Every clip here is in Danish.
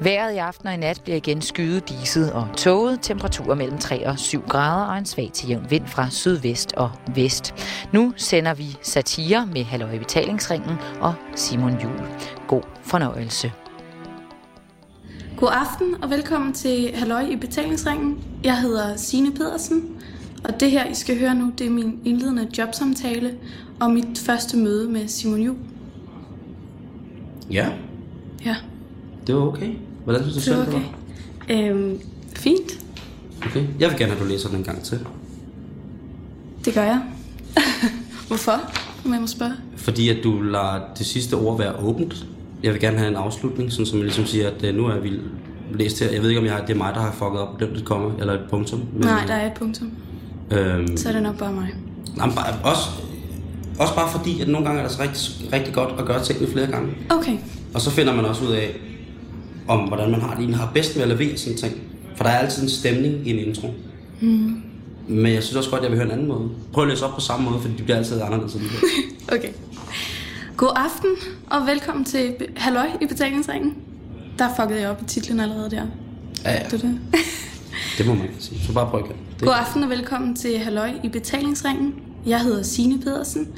Vejret i aften og i nat bliver igen skyet, diset og tåget. Temperaturer mellem 3 og 7 grader og en svag til jævn vind fra sydvest og vest. Nu sender vi satire med Halløj i Betalingsringen og Simon Jul. God fornøjelse. God aften og velkommen til Halløj i Betalingsringen. Jeg hedder Sine Pedersen, og det her, I skal høre nu, det er min indledende jobsamtale og mit første møde med Simon Jul. Ja, Ja, det var okay. Hvordan synes du det selv, var det okay. var? Øhm, fint, Okay. Jeg vil gerne have, at du læser den en gang til. det gør jeg. Hvorfor, om jeg må spørge? Fordi at du lader det sidste ord være åbent. Jeg vil gerne have en afslutning, sådan som jeg ligesom siger, at øh, nu er vi læst her. Jeg ved ikke, om jeg har, det er mig, der har fucket op på den, et komma eller et punktum. Men, Nej, der er et punktum. Øhm, Så er det nok bare mig. jamen, bare, også, også bare fordi, at nogle gange er det så rigtig, rigtig godt at gøre tingene flere gange. Okay, Og så finder man også ud af, om hvordan man har det, egentlig har bedst ved at levere sådan ting. For der er altid en stemning i en intro. Mm. Men jeg synes også godt, at jeg vil høre en anden måde. Prøv at læse op på samme måde, fordi det bliver altid anderledes alligevel. okay. God aften og velkommen til Be- Halløj i Betalingsringen. Der fuckede jeg op i titlen allerede der. Ja, ja. Du det? Det må man ikke sige. Så bare prøv igen. Det, God aften og velkommen til Halløj i Betalingsringen. Jeg hedder Sine Pedersen,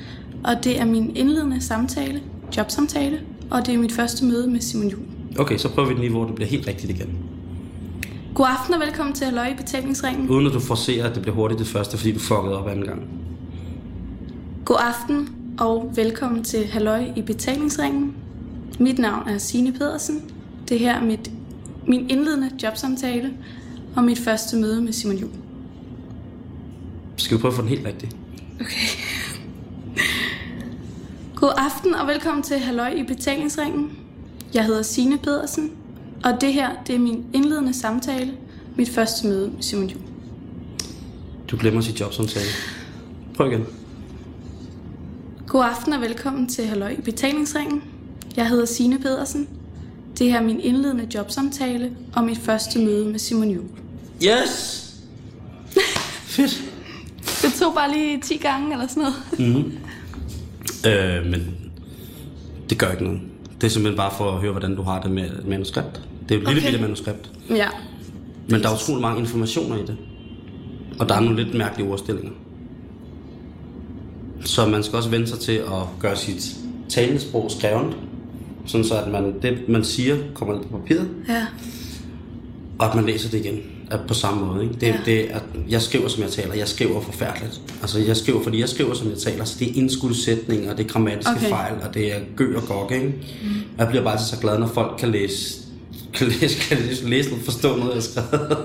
og det er min indledende samtale, jobsamtale, og det er mit første møde med Simon Juhl. okay, så prøver vi et niveau, hvor det bliver helt rigtigt igen. God aften og velkommen til Halløj i Betalingsringen. Uden at du forcerer, at det bliver hurtigt det første, fordi du fuckede op anden gang. God aften og velkommen til Halløj i Betalingsringen. Mit navn er Sine Pedersen. Det her er mit, min indledende jobsamtale og mit første møde med Simon Juhl. Skal vi prøve at få den helt rigtig? God aften og velkommen til Halløj i Betalingsringen. Jeg hedder Sine Pedersen, og det her det er min indledende samtale, mit første møde med Simon Juhl. Du glemmer sit jobsamtale. Prøv igen. God aften og velkommen til Halløj i Betalingsringen. Jeg hedder Sine Pedersen. Det her er min indledende jobsamtale og mit første møde med Simon Juhl. Yes! Fedt. Det tog bare lige 10 gange eller sådan noget. Øh, men det gør ikke noget. Det er simpelthen bare for at høre, hvordan du har det med manuskript. Det er jo et lille Okay. bitte manuskript. Ja, Men der er utrolig mange informationer i det. Og der er nogle lidt mærkelige ordstillinger. Så man skal også vende sig til at gøre sit talesprog skrevet. Sådan så, at man, det, man siger, kommer ned på papiret, ja, og at man læser det igen at på samme måde. Ikke? Det, Ja. ja. det, at jeg skriver, som jeg taler. Jeg skriver forfærdeligt. Altså, jeg skriver, fordi jeg skriver, som jeg taler. Så det er indskudsætninger, og det er grammatiske Okay. okay. fejl, og det er gø og gok. Ikke? Mm. Jeg bliver bare altid så glad, når folk kan læse kan læse, kan læse, læse og forstå noget, jeg har skrevet.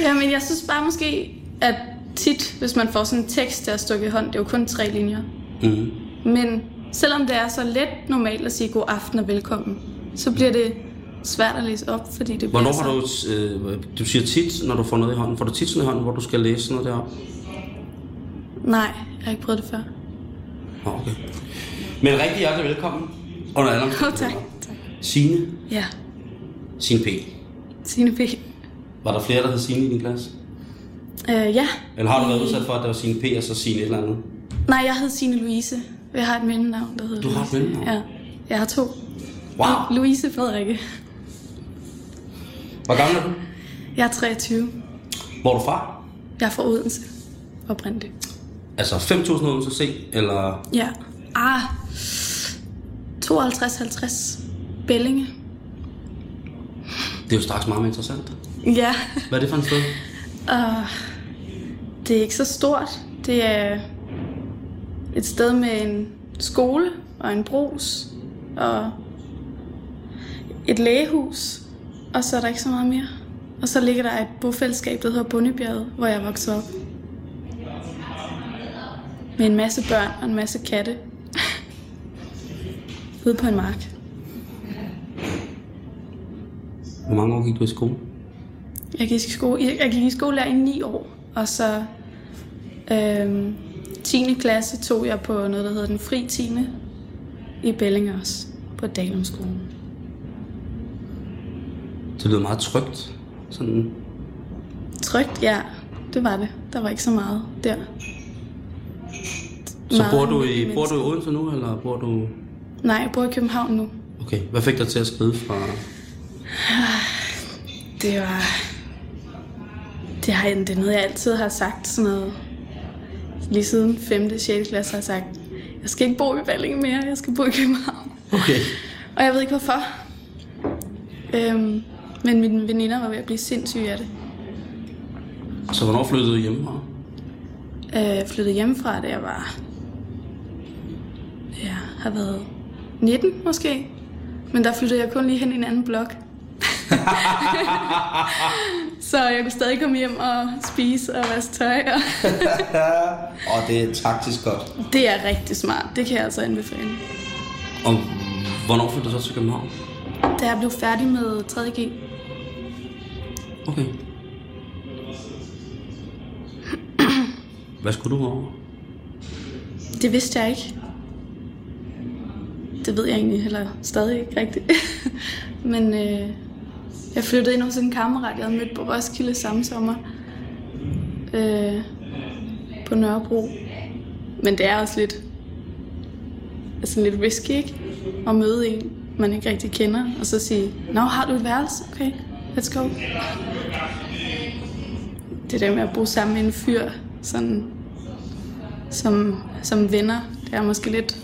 ja. men jeg synes bare måske, at tit, hvis man får sådan en tekst til at stukke i hånd, det er jo kun tre linjer. Mm. Men selvom det er så let normalt at sige god aften og velkommen, så bliver det svært at læse op, fordi det Hvornår bliver så... har du... Øh, du siger tit, når du får noget i hånden. Får du tit sådan i hånden, hvor du skal læse noget derop? Nej, jeg har ikke prøvet det før. Nå, okay. Men rigtig hjertelig velkommen. Under alle Åh, oh, tak. tak. Signe. Ja, Signe P. Signe Øh, P. Var der flere, der hed Signe i din klasse? Øh, ja. Eller har du været udsat for, at der var Signe P. og så Signe et eller andet? Nej, jeg hed Signe Louise. Jeg har et mellemnavn, der hedder Du har et Louise. mellemnavn? Ja, jeg har to. Wow! Louise Frederikke. Hvor gammel er du? Jeg er 23. Hvor er du fra? Jeg er fra Odense. Oprindeligt. Altså 5.000 Odense C, eller... Ja. Ah. 52-50. Bellinge. Det er jo straks meget mere interessant. Ja. Hvad er det for en sted? Ah. Det er ikke så stort. Det er et sted med en skole og en brus og et lægehus. Og så er der ikke så meget mere. Og så ligger der et bofællesskab, der hedder Bundebjerget, hvor jeg voksede op. Med en masse børn og en masse katte. Ude på en mark. Hvor mange år gik du i skole? Jeg gik i skole, jeg, jeg gik i skole i 9 år, og så øhm, 10. klasse tog jeg på noget, der hedder den fri 10. i Bellingers på Dalumskolen. Det lyder meget trygt. Sådan... Trygt, ja, det var det. Der var ikke så meget der. Så Meget bor du, i, almindelige bor du i Odense nu, eller bor du... Nej, jeg bor i København nu. Okay, hvad fik dig til at skride fra Det var... Det, har, det er noget, jeg altid har sagt sådan noget. Lige siden 5. 6. klasse har jeg sagt, jeg skal ikke bo i Balling mere, jeg skal bo i København. Okay. Og jeg ved ikke hvorfor. Øhm, men mine veninder var ved at blive sindssyge af det. Så hvornår flyttede du hjemmefra? Øh, flyttede hjemmefra, da jeg var... Jeg har været 19 måske. Men der flyttede jeg kun lige hen i en anden blok. så jeg kunne stadig komme hjem og spise og vaske tøj. Og Og det er taktisk godt. det er rigtig smart. Det kan jeg altså anbefale. Og hvornår flyttede du så til København? Da jeg blev færdig med 3.G, Okay. Hvad skulle du over? det vidste jeg ikke. Det ved jeg egentlig heller stadig ikke rigtigt. Men øh, jeg flyttede ind hos en kammerat, jeg havde mødt på Roskilde samme sommer. Øh, på Nørrebro. Men det er også lidt, altså lidt risky, ikke? At møde en, man ikke rigtig kender, og så sige, Nå, har du et værelse? Okay, let's go. Det der med at bo sammen med en fyr, sådan, som, som venner, det er måske lidt,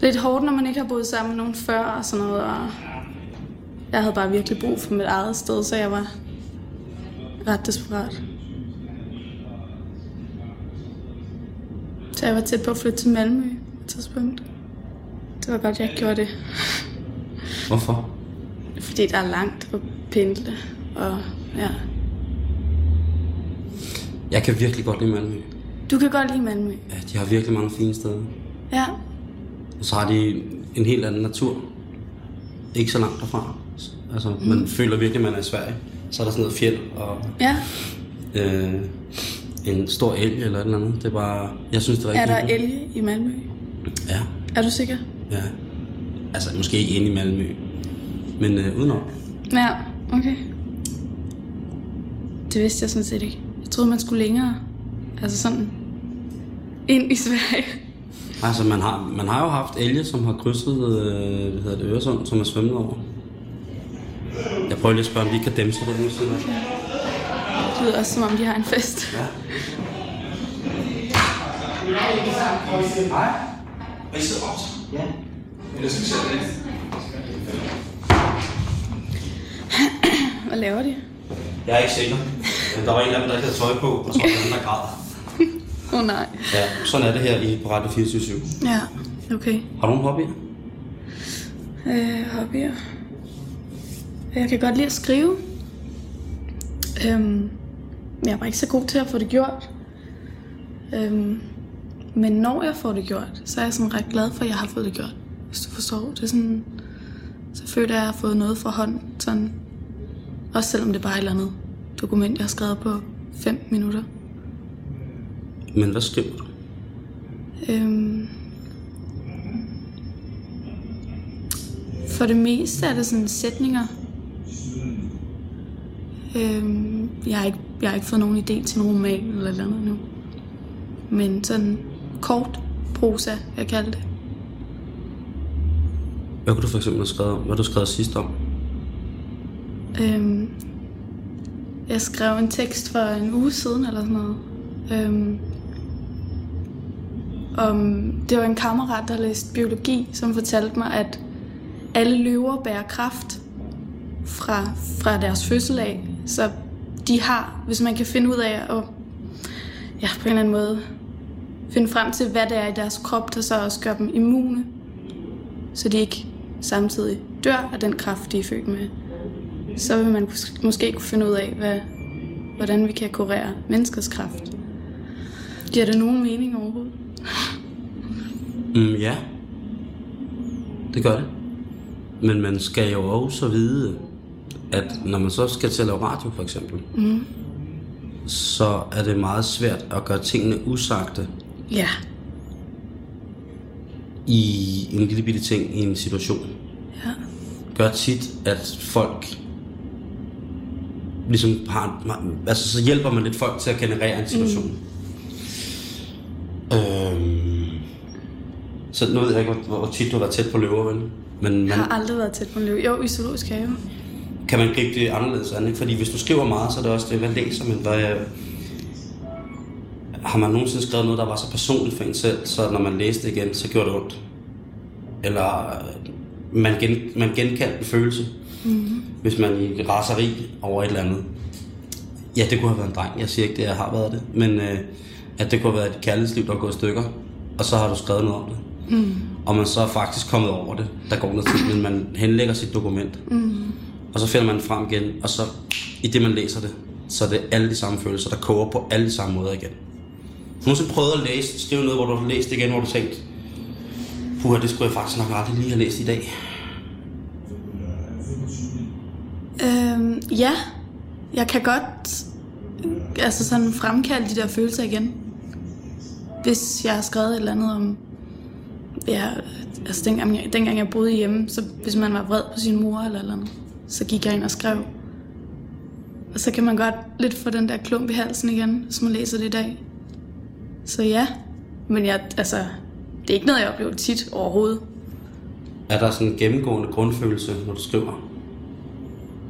lidt hårdt, når man ikke har boet sammen med nogen før og sådan noget. Og jeg havde bare virkelig brug for mit eget sted, så jeg var ret desperat. Så jeg var tæt på at flytte til Malmø på et tidspunkt. Det var godt, jeg gjorde det. Hvorfor? Fordi der er langt at pendle. Og ja. Jeg kan virkelig godt lide Malmø. Du kan godt lide Malmø. Ja, de har virkelig mange fine steder. Ja. Og så har de en helt anden natur. Ikke så langt derfra. Altså, mm. man føler virkelig, man er i Sverige. Så er der sådan noget fjeld og Ja. øh, en stor elg eller et eller andet. Det er bare... Jeg synes, det er rigtig Er der hyggeligt. elge i Malmø? Ja, Er du sikker? ja. Altså, måske ikke inde i Malmø. Men øh, udenom. Ja, okay. Det vidste jeg sådan set ikke. Jeg troede, man skulle længere. Altså sådan ind i Sverige. Altså, man har, man har jo haft elge, som har krydset øh, hvad hedder det, Øresund, som er svømmet over. Jeg prøver lige at spørge, om de ikke kan dæmse det nu siden. Det lyder også, som om de har en fest. Ja. Hej. Og I sidder op? Ja. Hvad laver de? Jeg er ikke sikker. Men der var en af dem, der ikke havde tøj på, og så var der en, der græd. Åh oh, nej. Ja, sådan er det her i på Radio 24 Ja, okay. Har du en hobby? Øh, hobbyer. Jeg kan godt lide at skrive. Øhm, men jeg er bare ikke så god til at få det gjort. Øhm, men når jeg får det gjort, så er jeg sådan ret glad for, at jeg har fået det gjort. Hvis du forstår. Det er sådan, så føler jeg, at jeg har fået noget fra hånden. Sådan. Også selvom det er bare er et eller andet dokument, jeg har skrevet på 5 minutter. Men hvad skriver du? Øhm, for det meste er det sådan sætninger. Øhm, jeg, har ikke, jeg har ikke fået nogen idé til en roman eller et eller andet nu. Men sådan kort prosa, jeg kalder det. Hvad kunne du for eksempel have skrevet om? Hvad har du skrevet sidst om? Øhm, jeg skrev en tekst for en uge siden eller sådan noget. Øhm, om, det var en kammerat, der læste biologi, som fortalte mig, at alle løver bærer kraft fra, fra deres fødsel af. Så de har, hvis man kan finde ud af at ja, på en eller anden måde finde frem til, hvad det er i deres krop, der så også gør dem immune, så de ikke samtidig dør af den kraft, de er født med så vil man kus- måske kunne finde ud af, hvad, hvordan vi kan kurere menneskets kraft. Giver det nogen mening overhovedet? Mm, ja. Det gør det. Men man skal jo også vide, at når man så skal til at lave radio for eksempel, mm. så er det meget svært at gøre tingene usagte Ja, i en lille bitte ting i en situation. ja, Gør tit, at folk ligesom har, altså så hjælper man lidt folk til at generere en situation. Mm. Øhm, så nu ved jeg ikke, hvor, hvor tit du har været tæt på løver, vel? Men man, jeg har aldrig været tæt på en løve. Jo, i zoologisk have. kan man gribe det anderledes an. Ikke? Fordi hvis du skriver meget, så er det også det, hvad læser man? Hvad, øh, har man nogensinde skrevet noget, der var så personligt for en selv, så når man læste det igen, så gjorde det ondt? Eller øh, man, gen, man genkaldte en følelse, mm-hmm. hvis man i raseri over et eller andet. Ja, det kunne have været en dreng. Jeg siger ikke, det jeg har været det. Men øh, at det kunne have været et kærlighedsliv, der går i stykker. Og så har du skrevet noget om det. Mm. Og man så er faktisk kommet over det. Der går noget tid, men man henlægger sit dokument. Mm. Og så finder man frem igen, og så i det, man læser det, så er det alle de samme følelser, der koger på alle de samme måder igen. Har du nogensinde prøvet at læse, skrive noget, hvor du har læst igen, hvor du tænkte, puha, det skulle jeg faktisk nok aldrig lige have læst i dag? Øhm, ja, jeg kan godt altså sådan fremkalde de der følelser igen. Hvis jeg har skrevet et eller andet om... Ja, altså dengang jeg, dengang jeg boede hjemme, så hvis man var vred på sin mor eller eller andet, så gik jeg ind og skrev. Og så kan man godt lidt få den der klump i halsen igen, hvis man læser det i dag. Så ja, men jeg, altså, det er ikke noget, jeg oplever tit overhovedet. Er der sådan en gennemgående grundfølelse, når du skriver?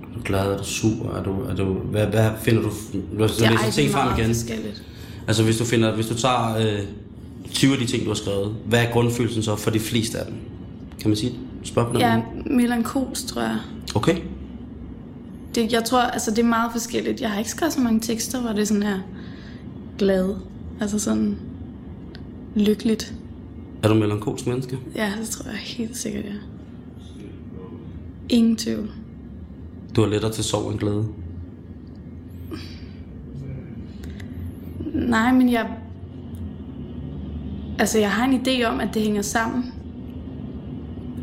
Er du glad? Er du sur? Er du, er du, hvad, hvad finder du? Når du det læser ting frem igen. forskelligt. Altså hvis du, finder, hvis du tager øh, 20 af de ting, du har skrevet, hvad er grundfølelsen så for de fleste af dem? Kan man sige det? Spørg på den Ja, måde. melankos, tror jeg. Okay. Det, jeg tror, altså, det er meget forskelligt. Jeg har ikke skrevet så mange tekster, hvor det er sådan her glad. Altså sådan lykkeligt. Er du en melankolsk menneske? Ja, det tror jeg helt sikkert, ja. Ingen tvivl. Du er lettere til sorg end glæde. Nej, men jeg... Altså, jeg har en idé om, at det hænger sammen.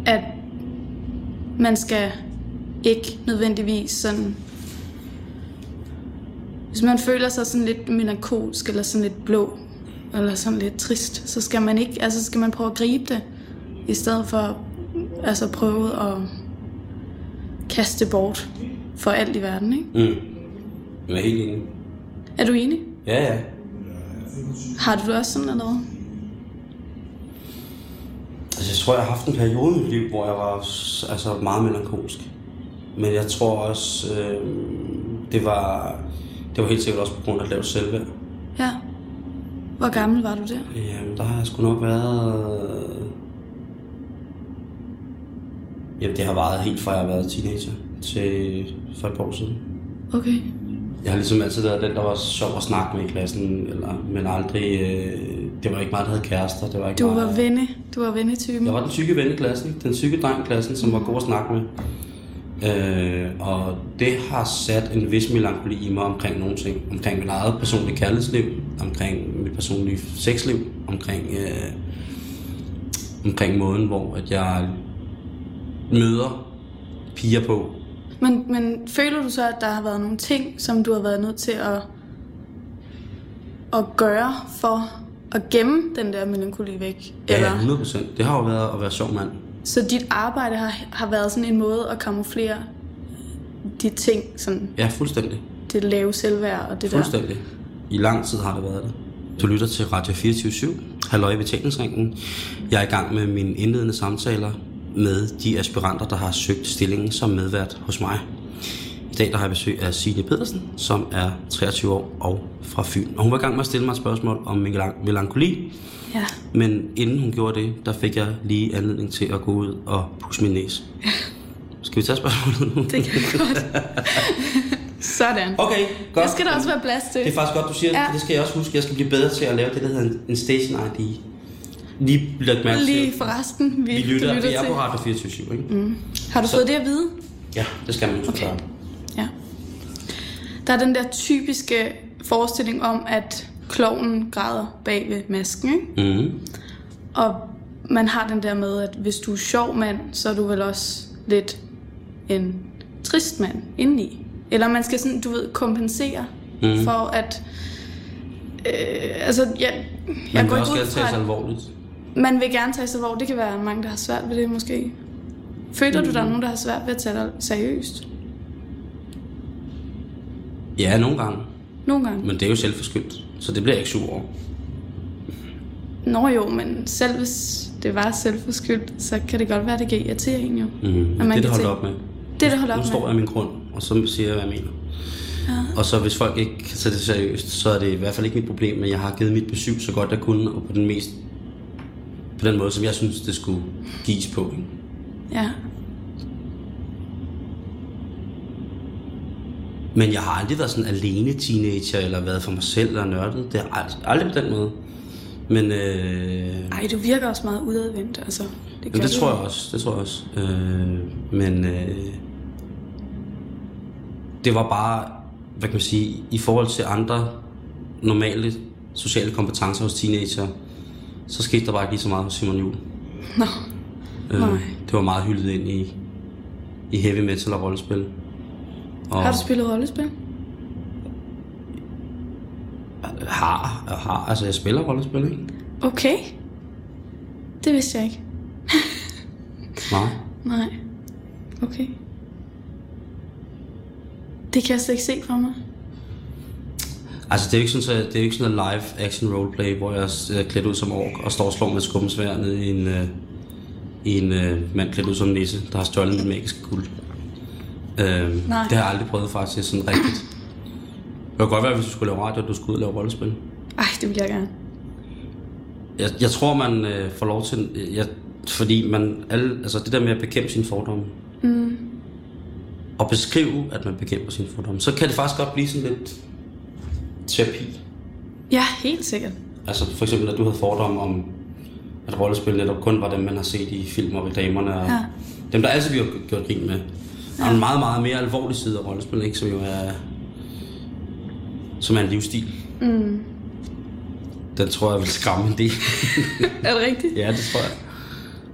At man skal ikke nødvendigvis sådan... Hvis man føler sig sådan lidt melankolsk, eller sådan lidt blå, eller sådan lidt trist, så skal man ikke... Altså, så skal man prøve at gribe det, i stedet for altså prøve at kaste det bort for alt i verden, ikke? Mm. Jeg er helt enig. Er du enig? Ja, ja. Har du det også sådan noget? Altså, jeg tror, jeg har haft en periode i mit liv, hvor jeg var s- altså, meget melankolsk. Men jeg tror også, øh, det, var, det var helt sikkert også på grund af lavt selvværd. Ja. Hvor gammel var du der? Jamen, Øh, der har jeg sgu nok været... øh, Jamen, det har varet helt fra jeg har været teenager til for et par år siden. Okay. Jeg har ligesom altid været den, der var sjov at snakke med i klassen, eller, men aldrig... Øh, det var ikke mig, der havde kærester. Det var ikke Du mig, var venne. Du var vennetypen. Jeg var den tykke ven i klassen, ikke? den tykke dreng i klassen, som var god at snakke med. Øh, og det har sat en vis melankoli i mig omkring nogle ting. Omkring mit eget personlige kærlighedsliv, omkring mit personlige sexliv, omkring, øh, omkring måden, hvor at jeg møder piger på. Men, men føler du så, at der har været nogle ting, som du har været nødt til at, at gøre for at gemme den der melankoli væk? Ja, ja, 100%. Det har jo været at være sjov mand. Så dit arbejde har, har været sådan en måde at kamuflere de ting, sådan Ja, fuldstændig. det lave selvværd og det der. Fuldstændig. I lang tid har det været det. Du lytter til Radio 24-7, Halløj i betalingsringen. Jeg er i gang med mine indledende samtaler med de aspiranter, der har søgt stillingen som medvært hos mig. I dag der har jeg besøg af Signe Pedersen, som er 23 år og fra Fyn. Og hun var i gang med at stille mig et spørgsmål om melan- melankoli, Ja. men inden hun gjorde det, der fik jeg lige anledning til at gå ud og pusse min næse. Skal vi tage spørgsmålet nu? Det kan jeg godt. sådan. Okay, godt. Det skal der også være plads til. Det er faktisk godt, du siger det, Ja. ja. det skal jeg også huske. Jeg skal blive bedre til at lave det, der hedder en- en station ID. Lige læg mærke Lige til. for resten, vi, Vi lytter, du vi lytter er til. på Radio 24 ikke? Mm. Har du Så- fået det at vide? Ja, det skal man jo okay. Ja. Der er den der typiske forestilling om, at klovnen græder bag ved masken, ikke? mm. Og man har den der med, at hvis du er sjov mand, så er du vel også lidt en trist mand indeni. Eller man skal sådan, du ved, kompensere mm. for at... Øh, altså, jeg, jeg Man går ikke vil også ud gerne tage sig fra, at alvorligt. man vil gerne tage sig alvorligt. Det kan være mange, der har svært ved det måske. Føler du, der Mm. er nogen, der har svært ved at tage dig seriøst? Ja, nogle gange. Nogle gange. Men det er jo selvforskyldt, så det bliver jeg ikke sur over. Nå jo, men selv hvis det var selvforskyldt, så kan det godt være, det kan irritere en jo. Mm. man Det, kan det holdt se- op med. Det er det, hold op Nu står med. Ah. jeg i min grund, og så siger jeg, hvad jeg mener. Ja. Og så hvis folk ikke kan tage det seriøst, så er det i hvert fald ikke mit problem, men jeg har givet mit besøg så godt jeg kunne, og på den mest på den måde, som jeg synes, det skulle gives på. ikke? Ja. Men jeg har aldrig været sådan alene teenager, eller været for mig selv og nørdet. Det har aldrig, aldrig på den måde. Men øh, Ej, du virker også meget udadvendt, altså. Jamen, gør det du. tror jeg også. Det tror jeg også. Øh, men øh, det var bare, hvad kan man sige, i forhold til andre normale sociale kompetencer hos teenager, så skete der bare ikke lige så meget hos Simon Juhl. Nå, Øh, Nej. det var meget hyldet ind i, i heavy metal og rollespil. Og har du spillet rollespil? har, og har, altså jeg spiller rollespil, ikke? Okay. Det vidste jeg ikke. Nej. Nej. Okay. Det kan jeg slet ikke se for mig. Altså det er jo ikke sådan, at, det er jo ikke sådan en live action roleplay, hvor jeg er klædt ud som ork og står og slår med et skummesvær ned i en, øh, i en øh, mand klædt ud som nisse, der har stjålet mit magiske guld. Øh, det Nej. har jeg aldrig prøvet faktisk sådan rigtigt. Det kunne godt være, hvis du skulle lave radio, at du skulle ud og lave rollespil. Ej, det vil jeg gerne. Jeg, jeg tror, man øh, får lov til... øh, Jeg, fordi man... Alle, altså det der med at bekæmpe sine fordomme. Mm. Og beskrive, at man bekæmper sine fordomme. Så kan det faktisk godt blive sådan lidt terapi. Ja, helt sikkert. Altså for eksempel, at du havde fordomme om, at rollespil netop kun var dem, man har set i film og reklamerne. Og Ja. Dem, der altid bliver gjort grin med. Der er en meget, meget mere alvorlig side af rollespil, ikke? som jo er, som er en livsstil. Mm. Den tror jeg vil skræmme en del. Er det rigtigt? ja, Øh. det tror jeg.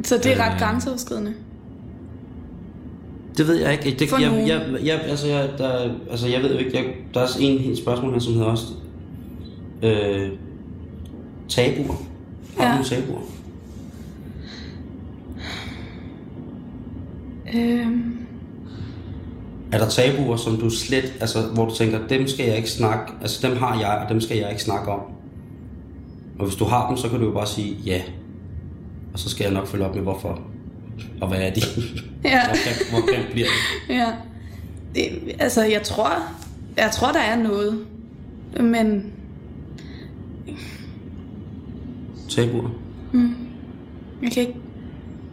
Så det er ret grænseoverskridende. Det ved jeg ikke. Det, For jeg, nogen. jeg, jeg, altså, jeg, der, altså, jeg ved jo ikke. Jeg, der er også en helt spørgsmål her, som hedder også... Øh, tabuer. Har du Ja. nogle tabuer? Øhm, Er der tabuer, som du slet, altså, hvor du tænker, dem skal jeg ikke snakke, altså dem har jeg, og dem skal jeg ikke snakke om? Og hvis du har dem, så kan du jo bare sige ja. Og så skal jeg nok følge op med, hvorfor. Og hvad er de? ja, hvor, grimt- hvor grimt bliver det? ja. Det, altså, jeg tror, jeg tror, der er noget. Men Tabuer. jeg kan ikke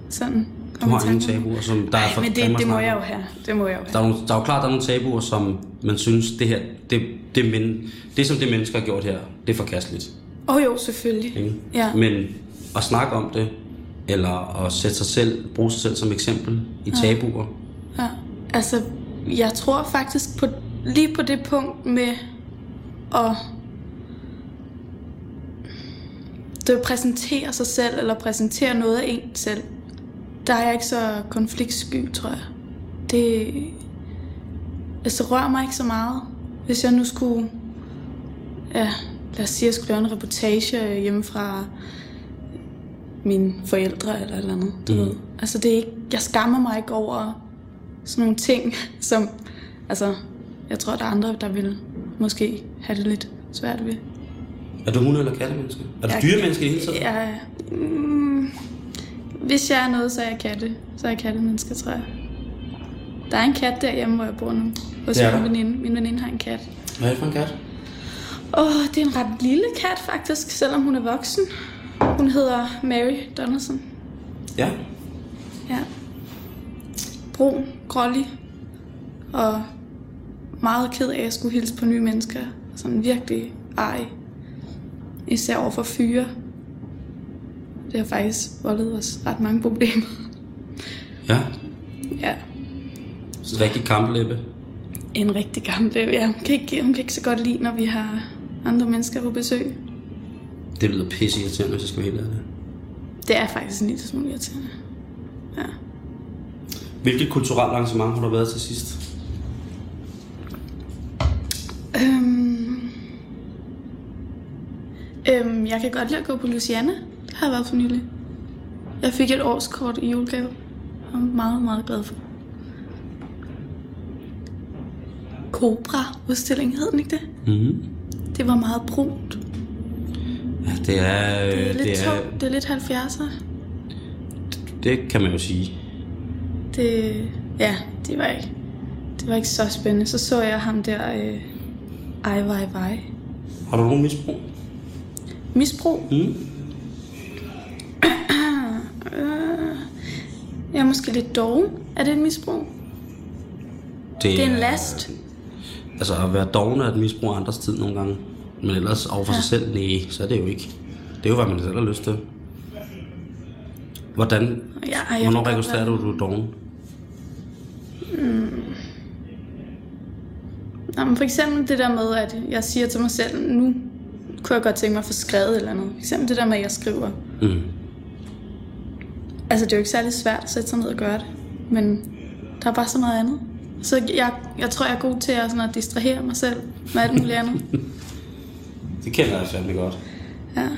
sådan Du komme har ingen tabuer, som der er for Nej, men grimme det, at det må snakke jeg om. jo have. Det må jeg jo have. Der er, jo, der er jo klart, der er nogle tabuer, som man synes, det her, det, det, men, det som det mennesker har gjort her, det er forkasteligt. Åh oh, jo, selvfølgelig. Ikke? Ja. Men at snakke om det, eller at sætte sig selv, bruge sig selv som eksempel i tabuer, Ja, altså, jeg tror faktisk på, lige på det punkt med at det at præsentere sig selv, eller præsentere noget af en selv, der er jeg ikke så konfliktsky, tror jeg. Det altså, rører mig ikke så meget. Hvis jeg nu skulle, ja, lad os sige, jeg skulle lave en reportage hjemme fra mine forældre eller et eller andet. Du Mm. mm. ved. Altså, det er ikke, jeg skammer mig ikke over sådan nogle ting, som... Altså, jeg tror, der er andre, der vil måske have det lidt svært ved. Er du hunde- eller kattemenneske? Er du Jeg- dyremenneske i det hele taget? Jeg, mm, hvis jeg er noget, så er jeg katte. Så er jeg kattemenneske, tror jeg. Der er en kat derhjemme, hvor jeg bor nu. Hos Det er min der. veninde. Min veninde har en kat. Hvad er det for en kat? Åh, oh, det er en ret lille kat faktisk, selvom hun er voksen. Hun hedder Mary Donaldson. Ja. Ja. Brun, grålig og meget ked af at skulle hilse på nye mennesker. Sådan virkelig ej. Især over for fyre. Det har faktisk voldet os ret mange problemer. Ja. Ja, Sådan en rigtig kamplæbe. en rigtig gammel løb. Ja, hun kan, ikke, hun kan ikke så godt lide, når vi har andre mennesker på besøg. Det lyder pisse irriterende, hvis jeg skal være helt ærlig. Det er faktisk en lille smule irriterende. Ja. Hvilket kulturelt arrangement har du været til sidst? Øhm, øhm, jeg kan godt lide at gå på Luciana. Det har jeg været for nylig. Jeg fik et årskort i julegave. Jeg er meget, meget glad for. Cobra-udstilling hed den ikke det? Mm-hmm. Det var meget brunt. Ja, det er... Det er lidt det, er, tungt. Det er lidt 70'er. det kan man jo sige. Det, Ja, det var ikke, det var ikke så spændende. Så så jeg ham der, øh, Ai Weiwei. Har du nogen misbrug? Misbrug? Mm. Øh, jeg er måske lidt doven. Er det et misbrug? Det er en last. Altså at være doven er et misbrug af andres tid nogle gange. Men ellers over for ja. sig selv, nej, så er det jo ikke. Det er jo, hvad man selv har lyst til. Hvordan, Ja, ej, ja, jeg hvornår ved godt, registrerer du, at du er doven? Nå, men for eksempel det der med, at jeg siger til mig selv, nu kunne jeg godt tænke mig at få skrevet eller noget. For eksempel det der med, at jeg skriver. Mm. Altså, det er jo ikke særlig svært at sætte sig ned og gøre det. Men der er bare så meget andet. Så jeg, jeg tror, jeg er god til at, sådan at distrahere mig selv med alt muligt andet. Det kender jeg fandme godt. Ja.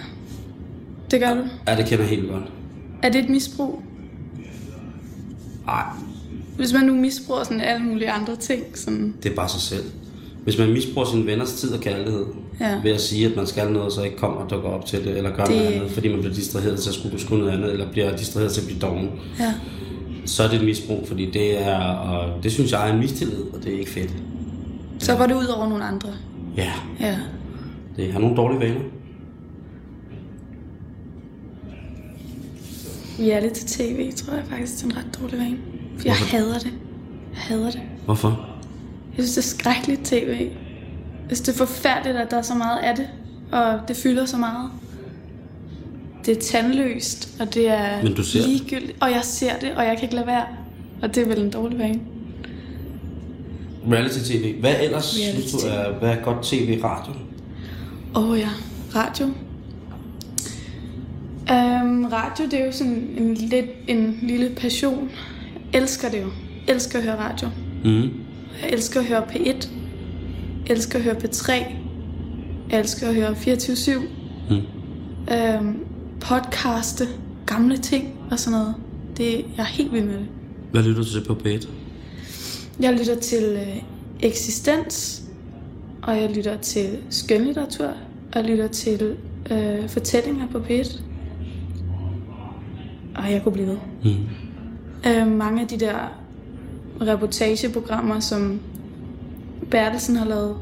Det gør du. Ja, det kender jeg helt godt. Er det et misbrug? Nej, Hvis man nu misbruger sådan alle mulige andre ting, sådan... det er bare sig selv. Hvis man misbruger sine venners tid og kærlighed Ja. ved at sige, at man skal noget, og så ikke kommer og dukker op til det, eller gør det... Det- noget andet, fordi man bliver distraheret til at skulle skulle noget andet, eller bliver distraheret til at blive doven, Ja. så er det et misbrug, fordi det er, og det synes jeg er en mistillid, og det er ikke fedt. Så går det ud over nogle andre. Ja, Ja. det har nogle dårlige vaner. Reality tv, tror jeg faktisk, det er en ret dårlig vane. For jeg hader det. Jeg hader det. Hvorfor? Jeg synes, det er skrækkeligt tv. Jeg synes, det er forfærdeligt, at der er så meget af det, og det fylder så meget. Det er tandløst, og det er Men du ser det. ligegyldigt. Og jeg ser det, og jeg kan ikke lade være. Og det er vel en dårlig vane. Reality TV. Hvad ellers Reality synes du er, hvad er godt tv radio? Åh oh, ja, radio. Um, radio, det er jo sådan en, lidt, en lille passion. Jeg elsker det jo. Jeg elsker at høre radio. Mm. Jeg elsker at høre P1. Jeg elsker at høre P3. Jeg elsker at høre 24-7. Mm. Øhm, podcaste. Gamle ting og sådan noget. Det, jeg er helt vild med det. Hvad lytter du til på P1? Jeg lytter til øh, eksistens. Og jeg lytter til skønlitteratur. Og jeg lytter til øh, fortællinger på P1. Og jeg kunne blive ved. Mm. øh, mange af de der reportageprogrammer, som Bertelsen har lavet,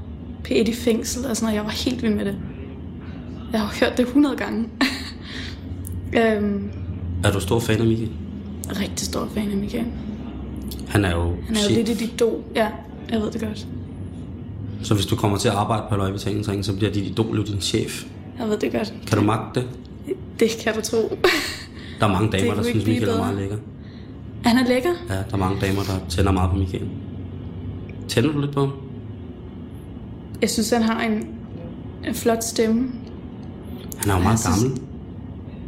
P1 i fængsel og sådan noget. Jeg var helt vild med det. Jeg har jo hørt det 100 gange. øhm, Er du stor fan af Michael? rigtig stor fan af Michael. Han er jo, Han er jo chef. lidt et idol. Ja, jeg ved det godt. Så hvis du kommer til at arbejde på Halløj Betalingsringen, så bliver dit idol jo din chef. Jeg ved det godt. Kan du magte det? Det kan du tro. Der er mange damer, kunne der ikke synes, blive Michael er bedre. meget lækker. Han er lækker. Ja, der er mange damer, der tænder meget på Michael. Tænder du lidt på ham? Jeg synes, han har en, en flot stemme. Han er jo meget Jeg synes- gammel.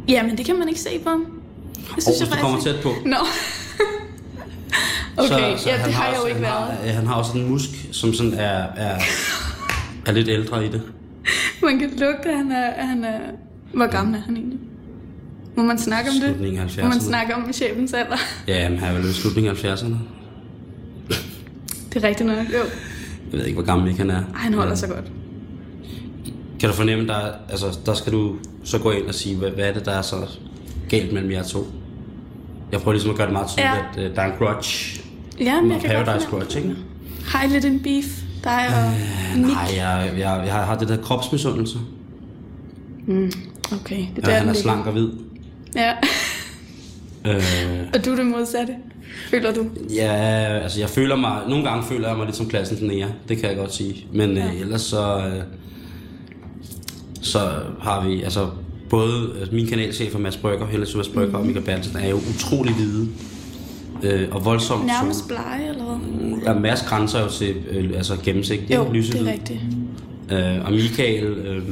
Ja, men det kan man ikke se på ham. Det Og hvis du kommer ikke. tæt på, Nå. okay, så, så ja, han det har jeg jo også, ikke han været. Har, han har også en musk, som sådan er, er, er lidt ældre i det. Man kan lugte, at han er, at han er... Hvor gammel er han egentlig? Må man snakke om det? Slutningen af Må man 70'erne. snakke om chefens alder? Ja, men han er vel i slutningen af 70'erne. Det er rigtigt nok. Jo. Jeg ved ikke, hvor gammel Michael er. Ej, han holder sig godt. Kan du fornemme, der, er- altså, der skal du så gå ind og sige, hvad, hvad er det, der er så galt mellem jer to? Jeg prøver ligesom at gøre det meget tydeligt, Ja. ja. at uh, der er en grudge. Ja, men jeg kan godt Paradise fornemme. Grudge, ikke? Har I lidt en beef? Dig og Nick? Nej, jeg, jeg, jeg, har- har det der kropsmisundelse. Okay, det er der, den Ja, han er ligger. slank og hvid. Ja, Øh, og du er det modsatte. Føler du? ja, altså jeg føler mig, nogle gange føler jeg mig lidt som klassens nære, det kan jeg godt sige. Men ja. øh, ellers så, øh, så har vi, altså både øh, min kanalchef og Mads Brygger, Helles Mads Brygger Mhm. og Michael Bertelsen er jo utrolig hvide øh, og voldsomt Nærmest blege, eller hvad? Der er masser grænser jo til øh, altså gennemsigtigt. Jo, lyse Mm, det hvid. er rigtigt. Øh, og Michael. Øh,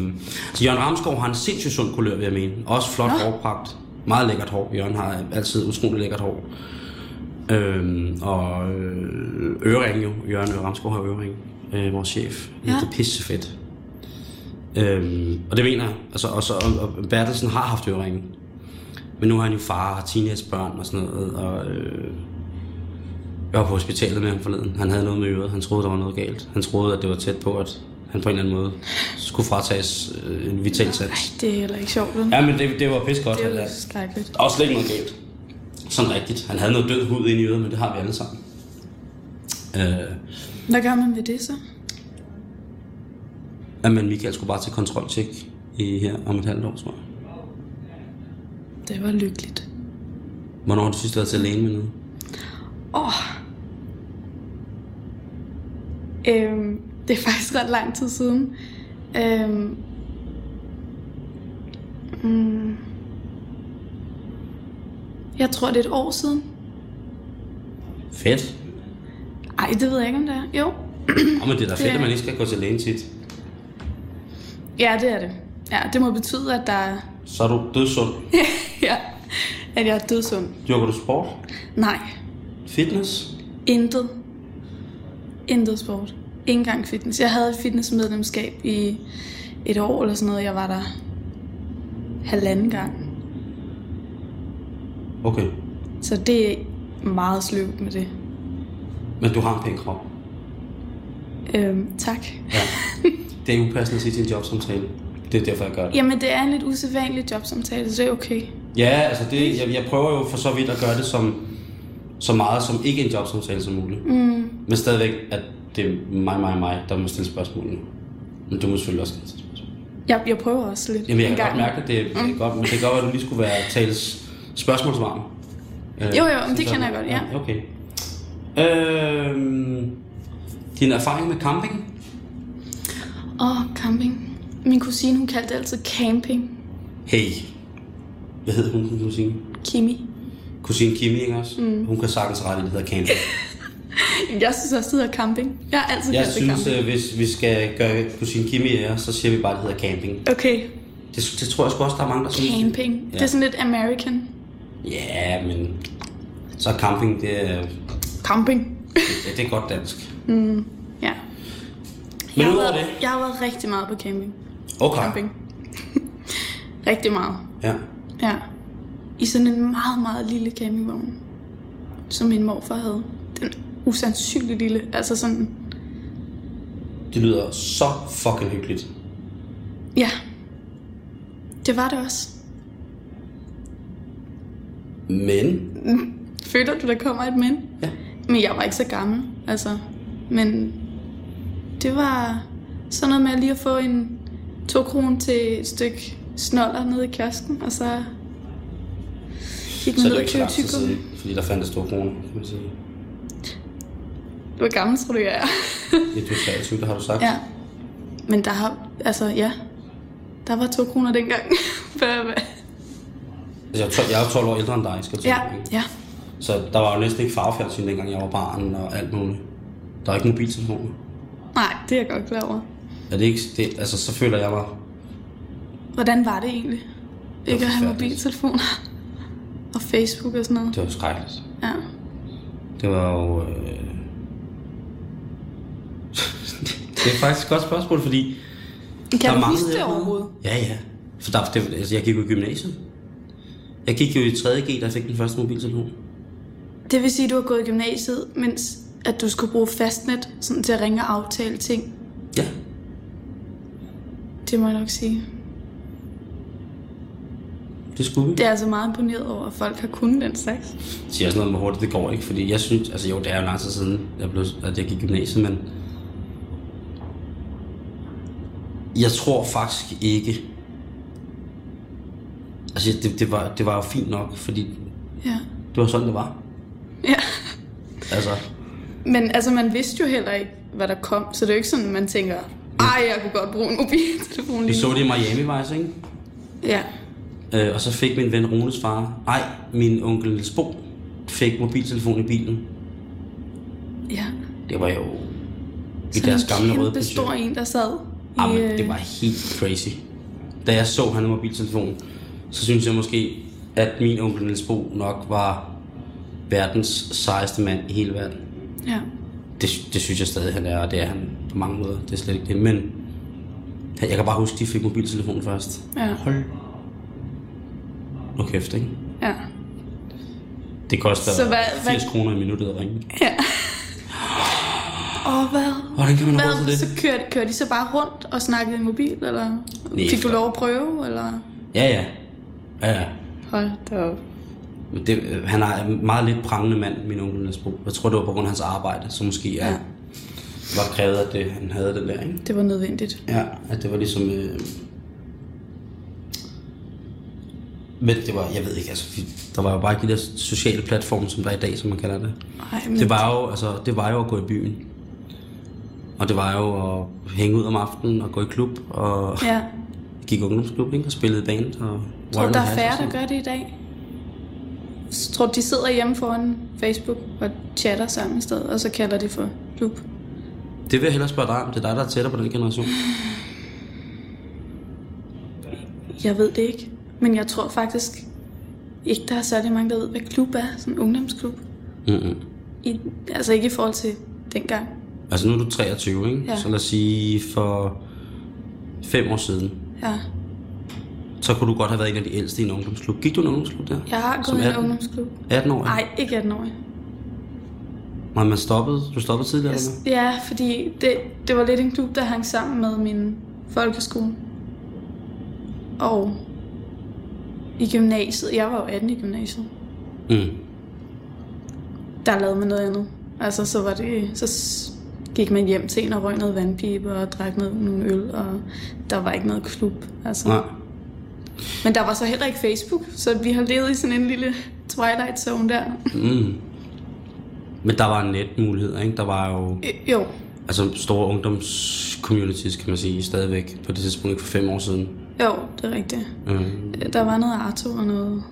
så Jørgen Ramskov har en sindssygt sund kulør, vil jeg mene. Også flot Nå. hårpragt. Meget lækkert hår. Jørgen har altid utrolig lækkert hår. Øh, og øh, ørering jo. Jørgen Ramskov har ørering. Øh, vores chef. Ja. Ja. Det er pissefedt. Øhm, og det mener jeg. Altså, og, så, og, og Bertelsen har haft øreringen. Men nu har han jo far og har teenagebørn og sådan noget. Og, øh, jeg var på hospitalet med ham forleden. Han havde noget med øret. Han troede, der var noget galt. Han troede, at det var tæt på, at han på en eller anden måde skulle fratages øh, en vital Ej, sans. det er heller ikke sjovt, vel? Ja, men det, det var pis godt. det Det er var... jo skrækkeligt. Der var slet ikke noget galt. Sådan rigtigt. Han havde noget død hud inde i øret, men det har vi alle sammen. Øh, Hvad gør man ved det så? at man Michael skulle bare til kontroltjek i her om et halvt år, tror jeg. Det var lykkeligt. Hvornår har du sidst været til lægen med noget? Åh. Øhm, det er faktisk ret lang tid siden. Øhm. Mm. Jeg tror, det er et år siden. Fedt. Ej, det ved jeg ikke, om det er. Jo. Og men det er da fedt, er- at man ikke skal gå til lægen tit. Ja, det er det. Ja, det må betyde, at der er... Så er du dødsund. ja, at jeg er dødsund. Dyrker du sport? Nej, Fitness? intet. Intet sport. Ikke engang fitness. Jeg havde et fitnessmedlemskab i et år eller sådan noget. Jeg var der halvanden gang. Okay. Så det er meget sløvt med det. Men du har en pæn krop. Øhm, tak. Ja. Det er upassende at sige til en jobsamtale. Det er derfor, jeg gør det. Jamen, det er en lidt usædvanlig jobsamtale, så det er okay. Ja, altså det, jeg, jeg prøver jo for så vidt at gøre det som, så meget som ikke en jobsamtale som muligt. Mm, Men stadigvæk, at det er mig, mig, mig, der må stille spørgsmålene. Men du må selvfølgelig også gerne stille spørgsmål. jeg, jeg prøver også lidt. Jamen, jeg en kan gang. godt mærke, at det er mm. godt, men det kan godt være, at du lige skulle være tales spørgsmålsvarm. Øh, Jo, jo, men det sådan. kender jeg godt, ja. Okay. Øh, din erfaring med camping? Åh, camping. Min kusine, hun kaldte det altid camping. Hey. Hvad hed hun, din kusine? Kimi. Kusine Kimi, ikke også? Mm. Hun kan sagtens rette, det hedder camping. Jeg synes også, det hedder camping. Jeg har altid Jeg kaldt det synes, camping. øh, hvis vi skal gøre kusine Kimi ære, så siger vi bare, at det hedder øh, camping. Okay, Det, det tror jeg sgu også, der er mange, der synes. camping. Ja. Det er sådan lidt American. Ja, men så er camping, det er, Camping. ja, det er godt dansk. Ja. Men jeg, har udover været, det, jeg har været rigtig meget på camping. okay. Camping. rigtig meget. Ja. Ja. I sådan en meget, meget lille campingvogn, som min morfar havde. Den usandsynlig lille. Altså sådan, Det lyder så fucking hyggeligt. ja. Det var det også. Men Føler du, der kommer et men? Ja. Men jeg var ikke så gammel, altså. Men det var sådan noget med lige at få en to kron til et stykke snoller nede i kiosken, og så gik man så ned er det jo og ikke købte så lang tid tykker. siden, fordi der fandt store kroner, kan man sige. Hvor gammel tror du, jeg er? Ja, du er 23, det har du sagt. ja. Men der har, altså ja, der var to kroner dengang. Før hvad? Altså, jeg, er 12, jeg er jo 12 år ældre end dig, skal jeg ja, tænke, ikke? ja. Så der var jo næsten ikke farvefjernsyn, dengang jeg var barn og alt muligt. Der er ikke mobiltelefoner. Nej, det er jeg godt klar over. Er det ikke, det, altså, så føler jeg mig... Hvordan var det egentlig? Ikke at have forfærdeligt. mobiltelefoner og Facebook og sådan noget. Det var jo skrækkeligt. Ja. Det var jo... Øh... det er faktisk et godt spørgsmål, fordi... Kan der du huske manglede det ikke noget. overhovedet? Ja, ja. For der, det, altså, jeg gik jo i gymnasiet. Jeg gik jo i 3.G, da jeg fik den første mobiltelefon. Det vil sige, at du har gået i gymnasiet, mens at du skulle bruge fastnet sådan til at ringe og aftale ting. Ja. Det må jeg nok sige. Det skulle vi. Det er altså meget imponeret over, at folk har kunnet den slags. Jeg siger sådan noget med hurtigt, det går ikke, fordi jeg synes, altså jo, det er jo lang tid siden, jeg blev, at jeg gik i gymnasiet, men jeg tror faktisk ikke, altså det, det, var, det var jo fint nok, fordi Ja. det var sådan, det var. ja. Altså, Men altså, man vidste jo heller ikke, hvad der kom, så det er jo ikke sådan, at man tænker, ej, jeg kunne godt bruge en mobiltelefon vi lige så nu." det i Miami Vice, ikke? Ja. Øh, og så fik min ven Runes far, ej, min onkel Niels Bo, fik mobiltelefon i bilen. Ja. Det var jo i Sådan deres gamle kæmpe røde Peugeot. stor en, der sad i... Jamen, øh, det var helt crazy. Da jeg så han mobiltelefon, så synes jeg måske, at min onkel Niels Bo nok var verdens sejeste mand i hele verden. øh, Ja. Det, det synes jeg stadig, han er, og det er han på mange måder. Det er slet ikke det, men jeg kan bare huske, at de fik mobiltelefon først. Ja. Hold nu kæft, ikke? Ja. Det koster Så hvad- 80 hvad- kroner i minuttet at ringe. Og hvad? Hvordan kan man have råd Hvad, til så det? kørte, kørte de så bare rundt og snakkede i mobil, eller Nej, fik du for- lov at prøve, eller? Ja, ja. Ja, ja. Hold da op. Men det, øh, han er en meget lidt prangende mand, min onkel Niels Jeg tror, det var på grund af hans arbejde, så måske er, var krævet, at det, han havde den der, ikke? Det var nødvendigt. Ja, at det var ligesom... Øh... Men det var, jeg ved ikke, altså, vi- der var jo bare ikke de der sociale platforme, som der er i dag, som man kalder det. Ej, men Det var jo, altså, det var jo at gå i byen. Og det var jo at hænge ud om aftenen og gå i klub og Ja. gik i ungdomsklub, ikke? Og spillede i band og... Tror du, røg der noget hash er og færre, sådan. der gør det i dag? Så Tror du, de sidder hjemme foran Facebook og chatter sammen i stedet, og så kalder det for klub? Det vil jeg hellere spørge dig om. Det er dig, der er tættere på den generation. Jeg ved det ikke, men jeg tror faktisk ikke, der er særlig mange, der ved, hvad klub er. Sådan en ungdomsklub. Mm-mm. I, altså ikke i forhold til dengang. Altså nu er du 23, ikke? Ja. Så lad os sige, for fem år siden, Ja. så kunne du godt have været en af de ældste i en ungdomsklub. Gik du i en ungdomsklub der? Jeg har Som gået i en 18? ungdomsklub. 18 år? Nej, ikke 18 år. Nej, man stoppede. Du stoppede tidligere, eller Altså, hvad? Ja, fordi det, det var lidt en klub, der hang sammen med min folkeskole. Og i gymnasiet, jeg var jo 18 i gymnasiet, Mm. der lavede man noget andet. Altså, så var det, så s- gik man hjem til en og røg noget vandpibe og drak noget, nogle øl, og der var ikke noget klub. Altså. Nej. Men der var så heller ikke Facebook, så vi har levet i sådan en lille twilight zone der. Mm. Men der var netmuligheder, ikke? Der var jo Øh, Jo, altså, store ungdomscommunities, kan man sige, stadigvæk på det tidspunkt, ikke for fem år siden. jo, det er rigtigt. Mm. Der var noget Arto og noget...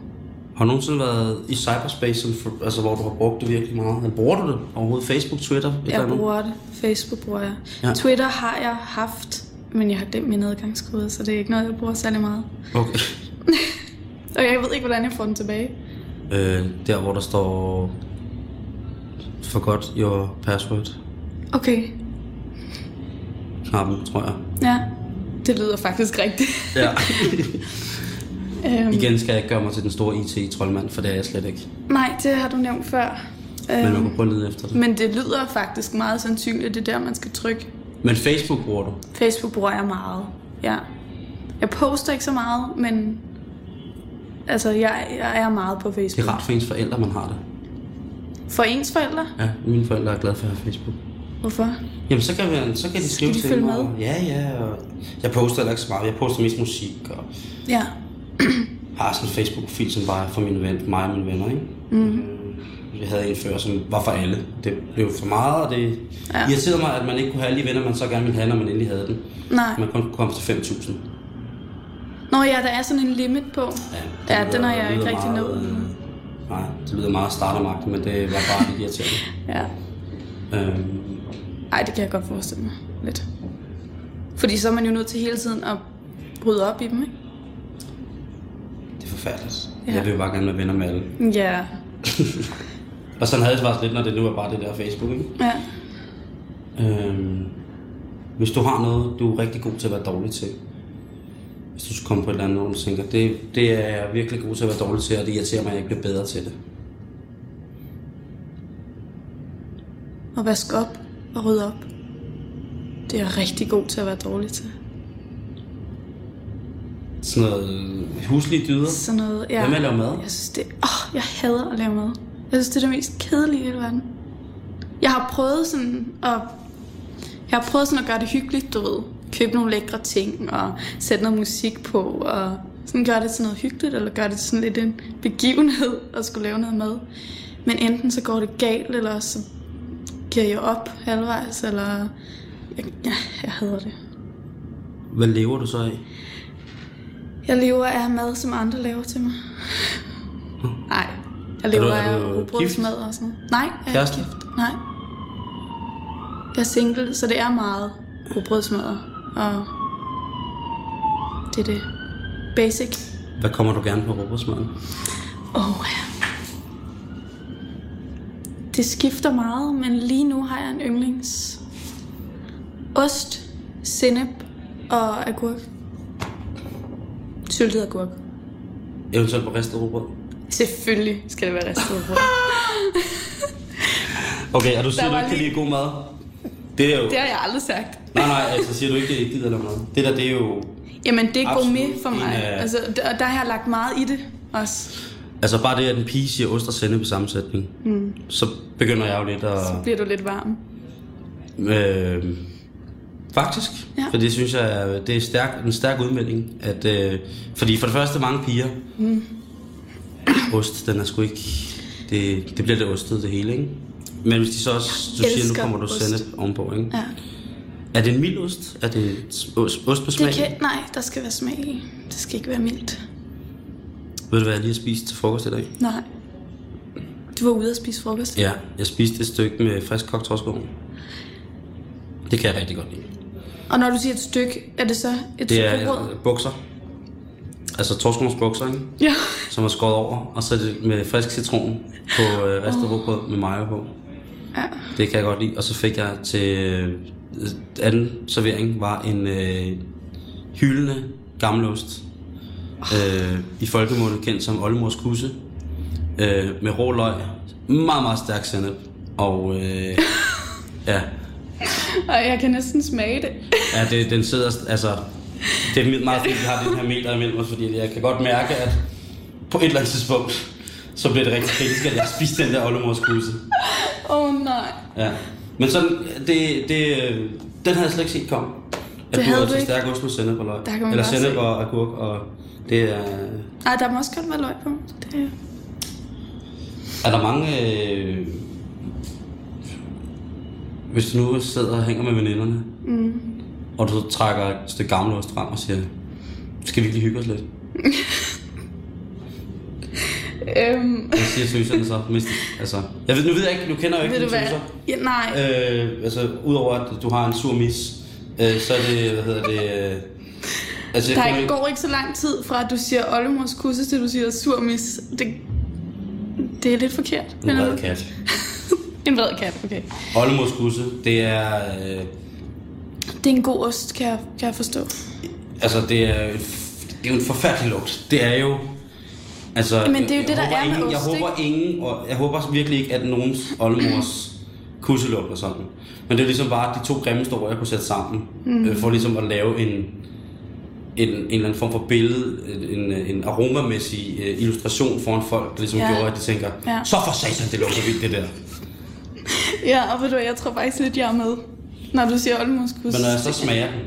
Har du nogensinde været i cyberspace, som for, altså, hvor du har brugt det virkelig meget? Eller Bruger du det overhovedet? Facebook, Twitter? et eller Jeg andet? bruger det. Facebook bruger jeg. Ja. Ja. Twitter har jeg haft, men jeg har glemt min adgangskode, så det er ikke noget, jeg bruger særlig meget. Okay. Og jeg ved ikke, hvordan jeg får den tilbage. Øh, der, hvor der står... Forgot your password. Okay, Knappen, tror jeg. ja. Det lyder faktisk rigtigt. Ja. Øhm, Igen skal jeg ikke gøre mig til den store IT-troldmand, for det er jeg slet ikke. nej, det har du nævnt før. Men man Øhm, kan prøve at lede efter det. men det lyder faktisk meget sandsynligt, det er der, man skal trykke. Men Facebook bruger du. Facebook bruger jeg meget, ja. Jeg poster ikke så meget, men... Altså, jeg, jeg er meget på Det Facebook. er rart for ens forældre, man har det. For ens forældre? Ja, mine forældre er glade for at have Facebook. Hvorfor? Jamen, så kan, vi, så kan de Skal skrive de til følge mig. med? Ja, ja. Og jeg poster heller ikke så meget. Jeg poster mest musik og Ja. har sådan en Facebook-profil, som bare er for mine ven, mig og mine venner, ikke? Mhm. Mm-hmm. Jeg havde en før, som var for alle. Det blev for meget, og det ja. Ja. irriterede mig, at man ikke kunne have alle de venner, man så gerne ville have, når man endelig havde dem. Nej. Man kun kunne komme til 5.000. Nå ja, der er sådan en limit på. Ja, den har jeg ikke rigtig nået. Øh, nej, det lyder meget startermagt, men det var bare lidt irriterende. Ja. Øh, Ej, det kan jeg godt forestille mig lidt. Fordi så er man jo nødt til hele tiden at rydde op i dem, ikke? det er forfærdeligt. Ja. Ja. Jeg vil jo bare gerne være venner med alle. Ja. Og sådan havde jeg det faktisk lidt, når det nu er bare det der Facebook, ikke? Ja. Øhm, hvis du har noget, du er rigtig god til at være dårlig til. Hvis du skulle komme på et eller andet, hvor du tænker, det, det er jeg virkelig god til at være dårlig til, og det irriterer mig, at jeg ikke bliver bedre til det. Og vaske op og rydde op. Det er jeg rigtig god til at være dårlig til. Sådan noget øh, huslige dyder. Sådan noget, ja. Hvad med at lave mad? Jeg synes det, åh, jeg hader at lave mad. Jeg synes, det er det mest kedelige i hele verden. Jeg har prøvet sådan at, jeg har prøvet sådan at gøre det hyggeligt, du ved. Købe nogle lækre ting og sætte noget musik på og sådan gøre det til noget hyggeligt, eller gøre det til sådan lidt en begivenhed at skulle lave noget mad. Men enten så går det galt, eller også så giver jeg op halvvejs, eller jeg, jeg, jeg hader det. Hvad lever du så af? Jeg lever af mad, som andre laver til mig. Nej, jeg Er du- lever er af du rugbrødsmad og sådan noget. Nej, jeg er ikke Kæreste? gift. Nej. Jeg er single, så det er meget rugbrødsmad. Og det er det. Basic. Hvad kommer du gerne på råbersmaden? Åh, oh, ja. Det skifter meget, men lige nu har jeg en yndlings. Ost, sennep og agurk. Syltet agurk. Eventuelt på ristet råbrød. Selvfølgelig skal det være ristet brød. Okay, og du siger, Der du var ikke kan lige- lide god mad? Det er jo... Det har jeg aldrig sagt. Nej, nej, altså siger du ikke, det ikke gider lave mad. Det der, det er jo... Jamen, det er Absolut gourmet for mig. en øh, af- Altså, d- og der har jeg lagt meget i det også. Altså bare det, at en pige siger ost og sennep i sammensætning, mm. så begynder jeg jo lidt at... Så bliver du lidt varm. Øh, faktisk, Ja. ja. for det synes jeg, er- det er stærk, en stærk udmelding. At, øh, fordi for det første mange piger, mm. ost, den er sgu ikke, det, det bliver det ostet det hele, ikke? Men hvis de så også, du siger, nu elsker kommer du ost. sennep ovenpå, ikke? Ja. Er det en mild ost? Er det en s- ost, ost på smag? Det kan, nej, der skal være smag i. Det skal ikke være mildt. Ved du, hvad jeg lige har spist til frokost i dag? Nej. Du var ude at spise frokost. Ja, jeg spiste et stykke med frisk kogt torskov. Det kan jeg rigtig godt lide. Og når du siger et stykke, er det så et Det stykke er brød? øh, bukser. Altså torskovens bukser, ikke? Ja. Som er skåret over, og så er det med frisk citron på øh, ristet rugbrød med mayo på. Ja. Det kan jeg godt lide. Og så fik jeg til øh, anden servering var en øh, hyldende gammelost. Øh, I folkemunde kendt som oldemors kusse. Øh, med rå løg, meget, meget stærk sennep. Og øh, ja, Og jeg kan næsten smage det. Ja, det, den sidder... Altså, det er meget fint, at vi har den her meter imellem os, fordi jeg kan godt mærke, at på et eller andet tidspunkt, så bliver det rigtig kritisk, at jeg spiste den der oldemors kusse. Åh oh, nej. Ja. Men sådan, det, det, øh, den havde jeg slet ikke set komme. At Det havde havde du så ikke. stærk ost med sennep og løg. Der kan man Eller bare sennep se. og agurk, og det er... Ej, der må også godt være løg på. Det... Er der mange... Øh, hvis du nu sidder og hænger med veninderne, mm. og du trækker et stykke gammel ost frem og siger, skal vi ikke lige hygge os lidt? Øhm, Hvad siger Susan så? Mest, altså, jeg ved, nu ved jeg ikke, du kender jo ikke ved du din hvad? Susan. Ja, nej. Øh, altså, udover at du har en sur mis, øh, så er det, hvad hedder det... Øh, altså, jeg Der kommer ikke- går ikke så lang tid fra, at du siger oldemors kusse, til du siger surmis. Det, det er lidt forkert. En eller vred hvad? kat. en vred kat, okay. Oldemors kusse, det er... Øh, Det er en god ost, kan jeg, kan jeg forstå. altså, det er, et, f- det er jo en forfærdelig lugt. Det er jo... Altså, Men det er jo jeg det, der håber er med ingen, Jeg ost, håber ingen, og jeg håber virkelig ikke, at nogens oldemors kusse lugter sådan. Men det er ligesom bare de to grimme historier, jeg kunne sætte sammen, mm. øh, for ligesom at lave en, en, en eller anden form for billede, en, en aromamæssig øh, illustration foran folk, der ligesom Ja. ja. gjorde, at de tænker, Ja. ja. så for satan, det lugter vildt, det der. Ja, og ved du hvad, jeg tror faktisk lidt, jeg er med. Når du siger oldemors kusse, Men når jeg så smager den,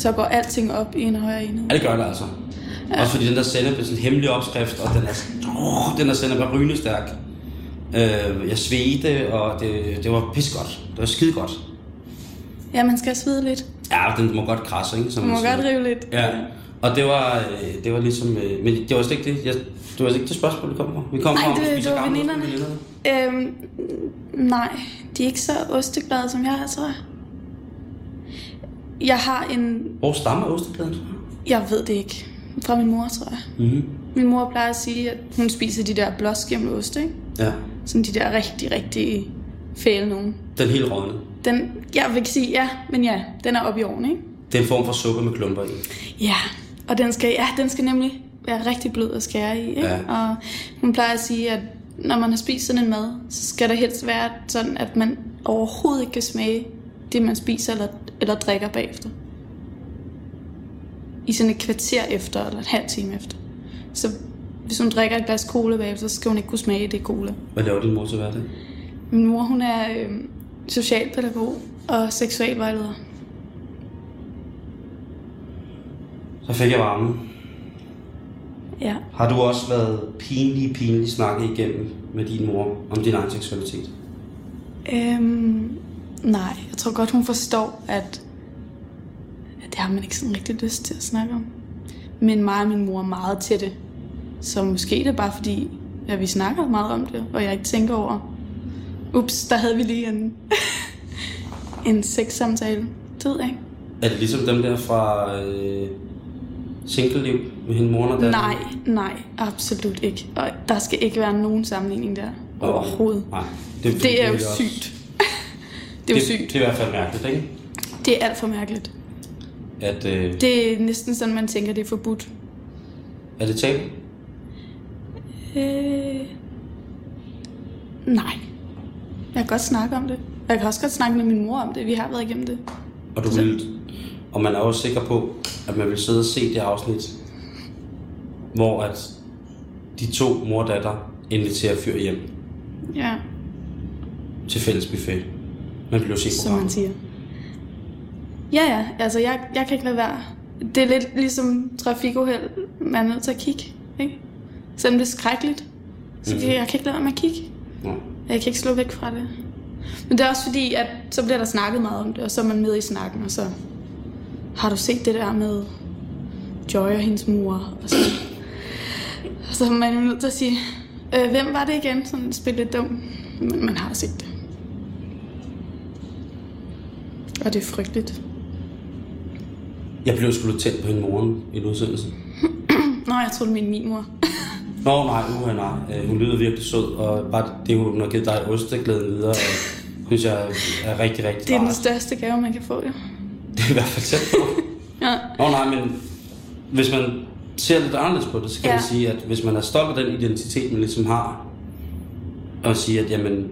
så går alting op i en højere enhed. ja, det gør det altså. Ja. Også fordi den der sender er sådan en hemmelig opskrift, og den er, uh, den der sender er rynestærk. Øh, jeg svedte, og det, det var pis godt. Det var skide godt. Ja, man skal svide lidt. Ja, den må godt krasse, ikke? Som Man må siger. godt rive lidt. Ja, og det var, øh, det var ligesom... øh, Men det var slet ikke det, jeg, det, var slet ikke det spørgsmål, vi kom fra. Vi kom Nej, fra, om det- at det spise var gammel ost med veninderne. Øhm, nej, de er ikke så osteglade, som jeg er, tror jeg. Jeg har en... Hvor stammer ostekæden fra? Jeg ved det ikke. Fra min mor, tror jeg. Mhm. Min mor plejer at sige, at hun spiser de der blåskimmeloste, ikke? Ja, Sådan de der rigtig, rigtig fæle nogen. den er helt rådne. Den, jeg vil ikke sige ja, men ja, den er oppe i ovnen, ikke? Det er en form for suppe med klumper i. Ja, og den skal, ja, den skal nemlig være rigtig blød at skære i, ikke? Ja. Og hun plejer at sige, at når man har spist sådan en mad, så skal der helst være sådan, at man overhovedet ikke kan smage det, man spiser eller, eller drikker bagefter. I sådan et kvarter efter, eller en halv time efter. Så hvis hun drikker et glas cola bagefter, så skal hun ikke kunne smage det cola. Hvad laver din mor til hverdag? Min mor, hun er øh, socialpædagog og seksualvejleder. Så fik jeg varmen. Ja. Har du også været pinlig, pinlig snakke igennem med din mor om din egen seksualitet? Øhm, nej, jeg tror godt, hun forstår, at, at det har man ikke sådan rigtig lyst til at snakke om. Men mig og min mor er meget til det. Så måske det er bare fordi, at vi snakker meget om det, og jeg ikke tænker over, ups, der havde vi lige en, en sexsamtale. Det ved jeg ikke. Er det ligesom dem der fra øh, single-liv med hende mor og datter? Nej, nej, absolut ikke. Og der skal ikke være nogen sammenligning der overhovedet. Nej. Det er jo også- sygt. Det er jo sygt. Det er i hvert fald mærkeligt, ikke? Det er alt for mærkeligt. At, øh, det. Det er næsten sådan, man tænker, det er forbudt. Er det tabu? Øh... Nej. Jeg kan godt snakke om det. Og jeg kan også godt snakke med min mor om det. Vi har været igennem det. Og, du vil, og man er også sikker på, at man vil sidde og se det afsnit, hvor at de to mor og datter inviterer fyr hjem Ja, til fælles buffet. Man bliver set som man siger. Ja, ja, altså jeg, jeg kan ikke lade være. Det er lidt ligesom trafikuheld, man er nødt til at kigge, ikke? Selvom det er skrækkeligt, så Mhm. kan- jeg kan ikke lade være med at kigge. Nå. Jeg kan ikke slå væk fra det. Men det er også fordi, at så bliver der snakket meget om det, og så er man med i snakken, og så har du set det der med Joy og hendes mor, og så, og så er man jo nødt til at sige, øh, hvem var det igen, sådan spille lidt dum, men man har set det. Og det er frygteligt. Jeg blev sgu lidt tændt på hende moren i en udsendelse. Nå, jeg troede, min min mor. Nå nej, uha nej. Øh, Hun lyder virkelig sød, og var det, det hun har givet dig osteglæden videre, og synes jeg er rigtig, rigtig Det er den rart. største gave, man kan få, jo. Det er i hvert fald tæt på. Ja. Nå nej, men hvis man ser lidt anderledes på det, så kan ja. Ja. man sige, at hvis man er stolt af den identitet, man ligesom har, og siger, at jamen,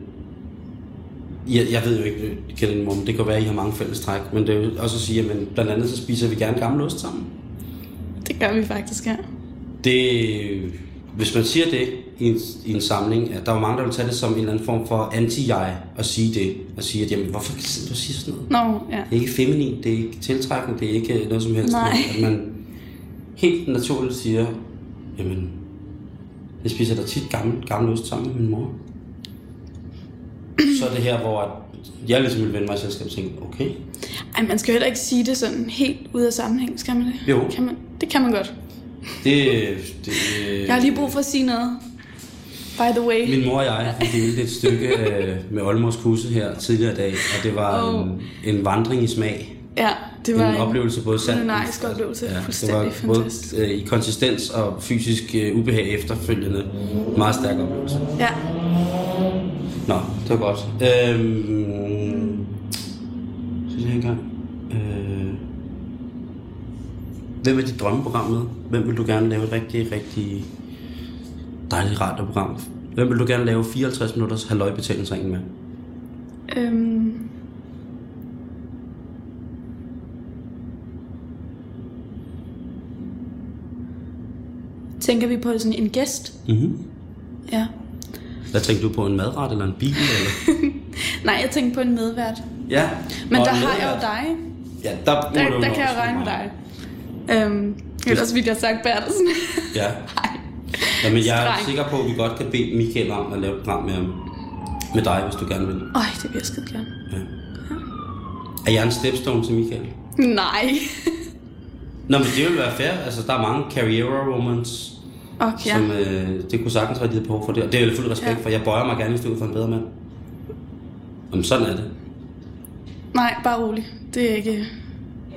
jeg, jeg ved jo ikke, kender din mor, men det kan være, at I har mange fælles træk, men det er jo også at sige, at blandt andet så spiser vi gerne gammel ost sammen. Det gør vi faktisk her. Det, hvis man siger det i en, i en samling, at der var mange, der vil tage det som en eller anden form for anti-jeg at sige det, og sige, at jamen, hvorfor kan du sige sådan noget? Nå, ja. Det er ikke feminin, det er ikke tiltrækkende, det er ikke noget som helst. Nej. men At man helt naturligt siger, jamen, jeg spiser da tit gammel, gammel ost sammen med min mor. Så er det her, hvor at jeg ligesom vil vende mig i selskab og tænke, okay, Ej, man skal jo heller ikke sige det sådan helt ude af sammenhæng, skal man det? Jo. Kan man, det kan man godt. det, det Jeg har lige brug for at sige noget. By the way. Min mor og jeg vi delte et stykke øh, med Olmors kusse her tidligere i dag, og det var Åh. en, en vandring i smag. Ja, det var en, oplevelse både sand... kulinarisk oplevelse. det var Fuldstændig både fantastisk. øh, i konsistens og fysisk øh, ubehag efterfølgende. Meget stærk oplevelse. Ja, Nå, det var godt. Øhm, synes jeg engang. Øh, hvem er dit drømmeprogram med? Hvem vil du gerne lave et rigtig, rigtig dejligt radioprogram? Hvem vil du gerne lave 54 minutters halvøjbetalingsring med? øhm, Tænker vi på sådan en gæst? Mm-hmm. Ja. Hvad tænkte du på? En madret eller en bil? Eller? Nej, jeg tænker på en medvært. ja. Men og der en har jeg jo madret. dig. Ja, der, må Der, du der nok kan jeg også regne med være. dig. Øhm, ellers ville jeg have sagt Bertelsen. Ja. Nå, men jeg er Streng. sikker på, at vi godt kan bede Michael om at lave et program med, med dig, hvis du gerne vil. Øj, det bliver skide gerne. Ja. Er jeg en stepstone til Michael? Nej. Nå, men det ville være fair. Altså, der er mange career romans, Okay. ja. som øh, det kunne sagtens være dit behov for det. Og det er jeg fuld respekt ja. Ja. for. Jeg bøjer mig gerne, hvis du for en bedre mand. Jamen, sådan er det. Nej, bare rolig. Det er ikke...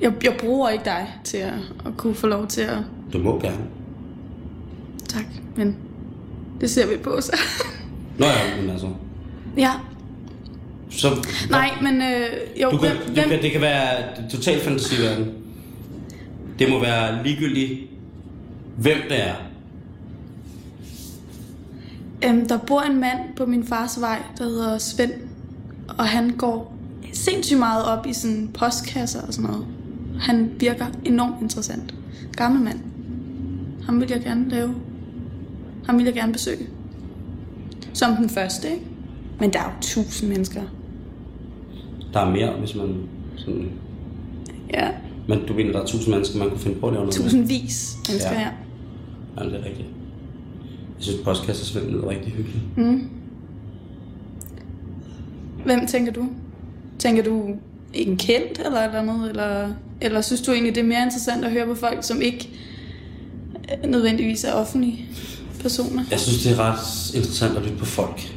Jeg, jeg bruger ikke dig til at, at kunne få lov til at... Du må gerne. Tak, men det ser vi på så. Nå ja, men altså. ja, Så, nej, men øh, jo, Du kan, hvem, du hvem, kan, det kan være totalt fantasiverden. Det må være ligegyldigt, hvem det er. øhm, der bor en mand på min fars vej, der hedder Svend, og han går sindssygt meget op i sådan postkasser og sådan noget. Han virker enormt interessant. Gammel mand. Ham vil jeg gerne lave. Ham vil jeg gerne besøge. Som den første, ikke? Men der er jo tusind mennesker. Der er mere, hvis man... Sådan, Ja, men du mener, der er tusind mennesker, man kunne finde på at lave noget med. tusindvis mennesker Ja. ja. her. Ja, det er rigtigt. Jeg synes, postkassesvend lyder rigtig hyggeligt. Hvem tænker du? Tænker du en kendt eller et eller andet? Eller, eller synes du egentlig, det er mere interessant at høre på folk, som ikke øh, nødvendigvis er offentlige personer? Jeg synes, det er ret interessant at lytte på folk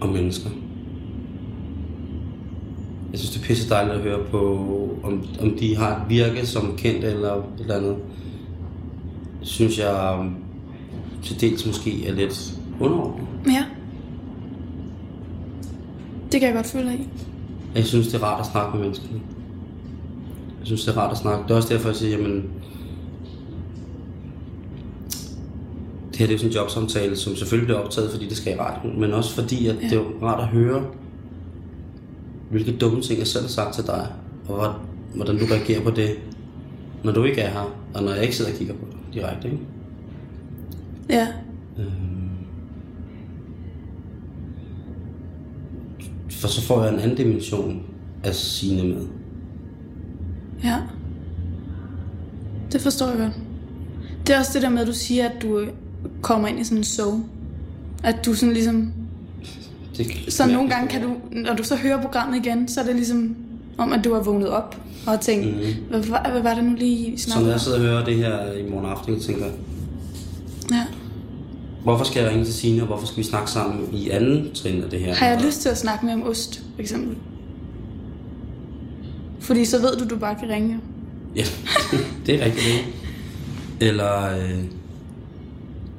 og mennesker. Jeg synes, det er pisse dejligt at høre på, om, om de har et virke som kendt eller et eller andet. Synes jeg um, til dels måske er lidt underordnet. Ja. Det kan jeg godt føle dig i. Jeg synes, det er rart at snakke med menneskerne. Jeg synes, det er rart at snakke. Det er også derfor, jeg siger, jamen... Det her det er sådan en jobsamtale, som selvfølgelig bliver optaget, fordi det skal i radioen, men også fordi, at ja. det er jo rart at høre, hvilke dumme ting, jeg selv har sagt til dig, og hvor- hvordan du reagerer på det, når du ikke er her, og når jeg ikke sidder og kigger på dig direkte. Ikke? Ja. Øhm. For så får jeg en anden dimension af sine med. Ja. Det forstår jeg godt. Det er også det der med, at du siger, at du øh, kommer ind i sådan en show. At du sådan ligesom... Det, Så nogle gange kan du, når du så hører programmet igen, så er det ligesom om, at du har vågnet op og har tænkt, Mhm. mm. hvad, var- hvad, var det nu lige, vi Så når snakkede jeg om? sidder og hører det her i morgen aften, jeg tænker Ja. hvorfor skal jeg ringe til Signe, og hvorfor skal vi snakke sammen i anden trin af det her? Har jeg lyst til at snakke med om ost, for eksempel? Fordi så ved du, du bare kan ringe. Ja, det er rigtigt. ikke? Eller øh,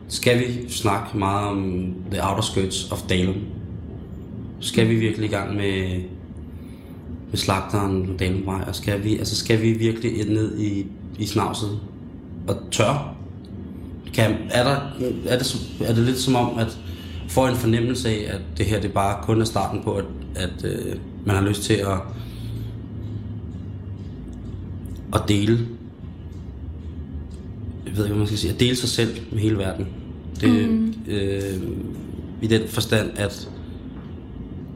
skal vi snakke meget om The Outer Skirts of Dalum? Skal vi virkelig i gang med, med slagteren på Dalumvej? Og skal vi, altså skal vi virkelig ned i, i snavset og tør? Kan, er, der, er, det, som- er det lidt som om, at får en fornemmelse af, at det her det bare kun er starten på, at, at øh, man har lyst til at, at dele jeg ved ikke, hvad man skal sige, at dele sig selv med hele verden. Det, mm. øh, I den forstand, at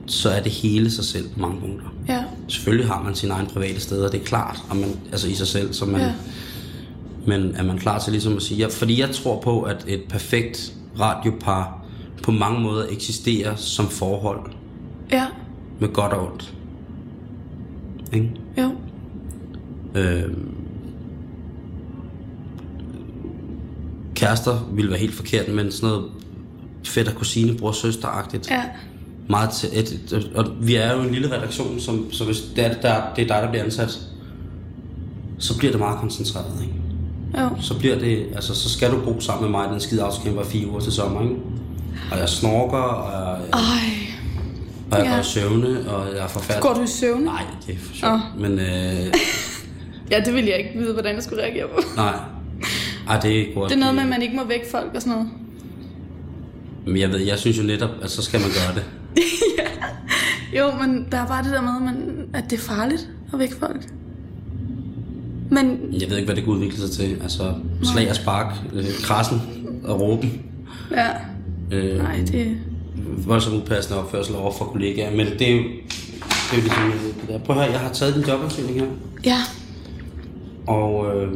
så er det hele sig selv på mange punkter. Ja. Selvfølgelig har man sine egne private steder, det er klart, og man, altså i sig selv, så man, Ja. ja. men er man klar til ligesom at sige, ja, fordi jeg tror på, at et perfekt radiopar på mange måder eksisterer som forhold Ja. med godt og ondt. Ikke? Jo. Øhm, kærester ville være helt forkert, men sådan noget fætter, kusine, bror, søster-agtigt. Ja. Meget til, et, et, et, og vi er jo en lille redaktion, som, så hvis det er, der, det er dig, der bliver ansat, så bliver det meget koncentreret, ikke? Jo. Så bliver det, altså, så skal du bo sammen med mig, den skide afskæmper fire uger til sommer, ikke? Og jeg snorker, og jeg, Ej. og jeg ja. går i søvne, og jeg er forfærdelig. Går du i søvn? Nej, det er for sjovt. Men øh, Ja, det ville jeg ikke vide, hvordan jeg skulle reagere på. nej. Ej, det er ikke godt. Det er noget med, at man ikke må vække folk og sådan noget. Men jeg ved, jeg synes jo netop, at så skal man gøre det. Jo, men der er bare det der med, at man, at det er farligt at vække folk. Men Jeg ved ikke, hvad det kan udvikle sig til. Altså, slag og spark, øh, krassen og råben. ja, Øh, nej, det... voldsomt upassende opførsel over for kollegaer. Men det er jo, det er jo ligesom, øh, det der. prøv at høre, jeg har taget din jobansøgning her. Ja, Og øh,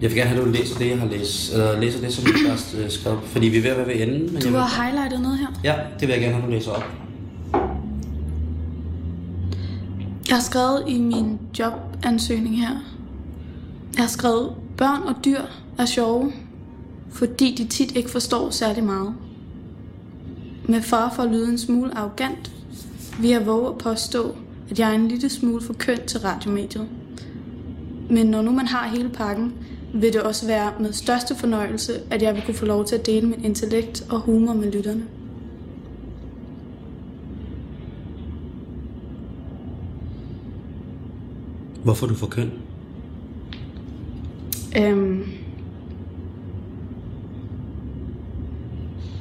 jeg vil gerne have, at du læser det, jeg har læst. Eller læser det, som du har øh, skrevet. op, Fordi vi er ved at være ved enden. Men du jeg vil, har highlightet noget her. ja, det vil jeg gerne have, at du læser op. Jeg har skrevet i min jobansøgning her. Jeg har skrevet, børn og dyr er sjove, fordi de tit ikke forstår særlig meget. Med far for at lyde en smule arrogant, vil jeg våge at påstå, at jeg er en lille smule for køn til radiomediet. Men når nu man har hele pakken, vil det også være med største fornøjelse, at jeg vil kunne få lov til at dele min intellekt og humor med lytterne. Hvorfor er du for køn? Øhm,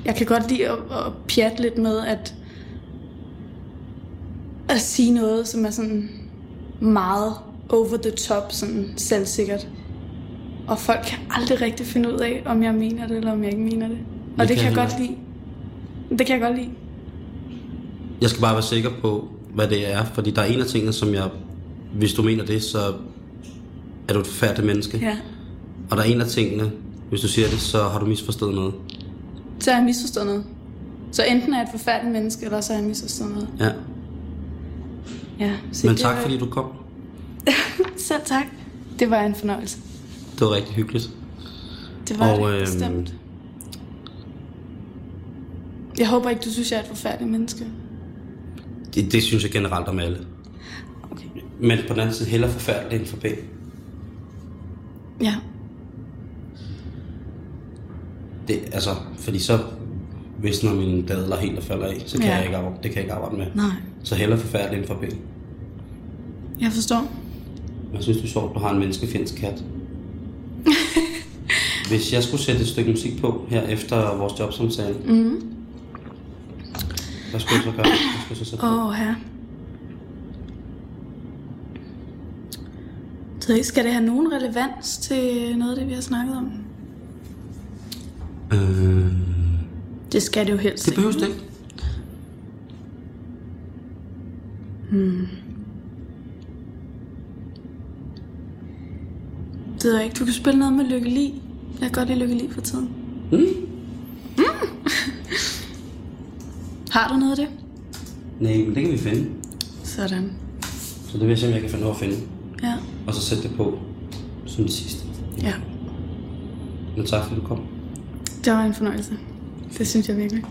jeg kan godt lide at, at pjatte lidt med at, at sige noget, som er sådan meget over the top, sådan selvsikkert. Og folk kan aldrig rigtig finde ud af, om jeg mener det, eller om jeg ikke mener det. Og det, Det det kan jeg kan godt jeg lide. Det kan jeg godt lide. Jeg skal bare være sikker på, hvad det er. Fordi der er en af tingene, som jeg... Hvis du mener det, så er du et forfærdeligt menneske. Ja. Og der er en af tingene, hvis du siger det, så har du misforstået noget. Så har jeg misforstået noget. Så enten er jeg et forfærdeligt menneske, eller så har jeg misforstået noget. Ja. Ja, så Men det tak var- fordi du kom. Selv tak. Det var en fornøjelse. Det var rigtig hyggeligt. Det var Og, og, det, øhm, bestemt. Jeg håber ikke, du synes, jeg er et forfærdeligt menneske. Det, det synes jeg generelt om alle. Okay. Men på den anden side, hellere forfærdeligt end for pænt. Ja. Det, altså, fordi så, hvis når mine dadler helt og falder af, så kan Ja. ja. jeg ikke arbejde, det kan jeg ikke arbejde med. Nej. Så hellere forfærdeligt end for pænt. Jeg forstår. Jeg synes, det er sjovt, du har en menneskefjendsk kat. Hvis jeg skulle sætte et stykke musik på her efter vores jobsamtale, Mhm. mm. hvad skulle jeg så gøre? Hvad skulle jeg så sætte på? Åh, oh, her. Så skal det have nogen relevans til noget af det, vi har snakket om? Øh, Det skal det jo helst det behøves det ikke. Det ved jeg ikke. Du kan spille noget med Lykke Li. Jeg kan godt lide Lykke Li for tiden. Mm. Hmm? Mm. Har du noget af det? Nej, men det kan vi finde. Sådan. Så det vil jeg simpelthen, jeg kan finde over at finde. Ja. Og så sætte det på som det sidste. Ja. Men tak fordi du kom. Det var en fornøjelse. Det synes jeg virkelig.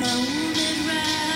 Rolling round.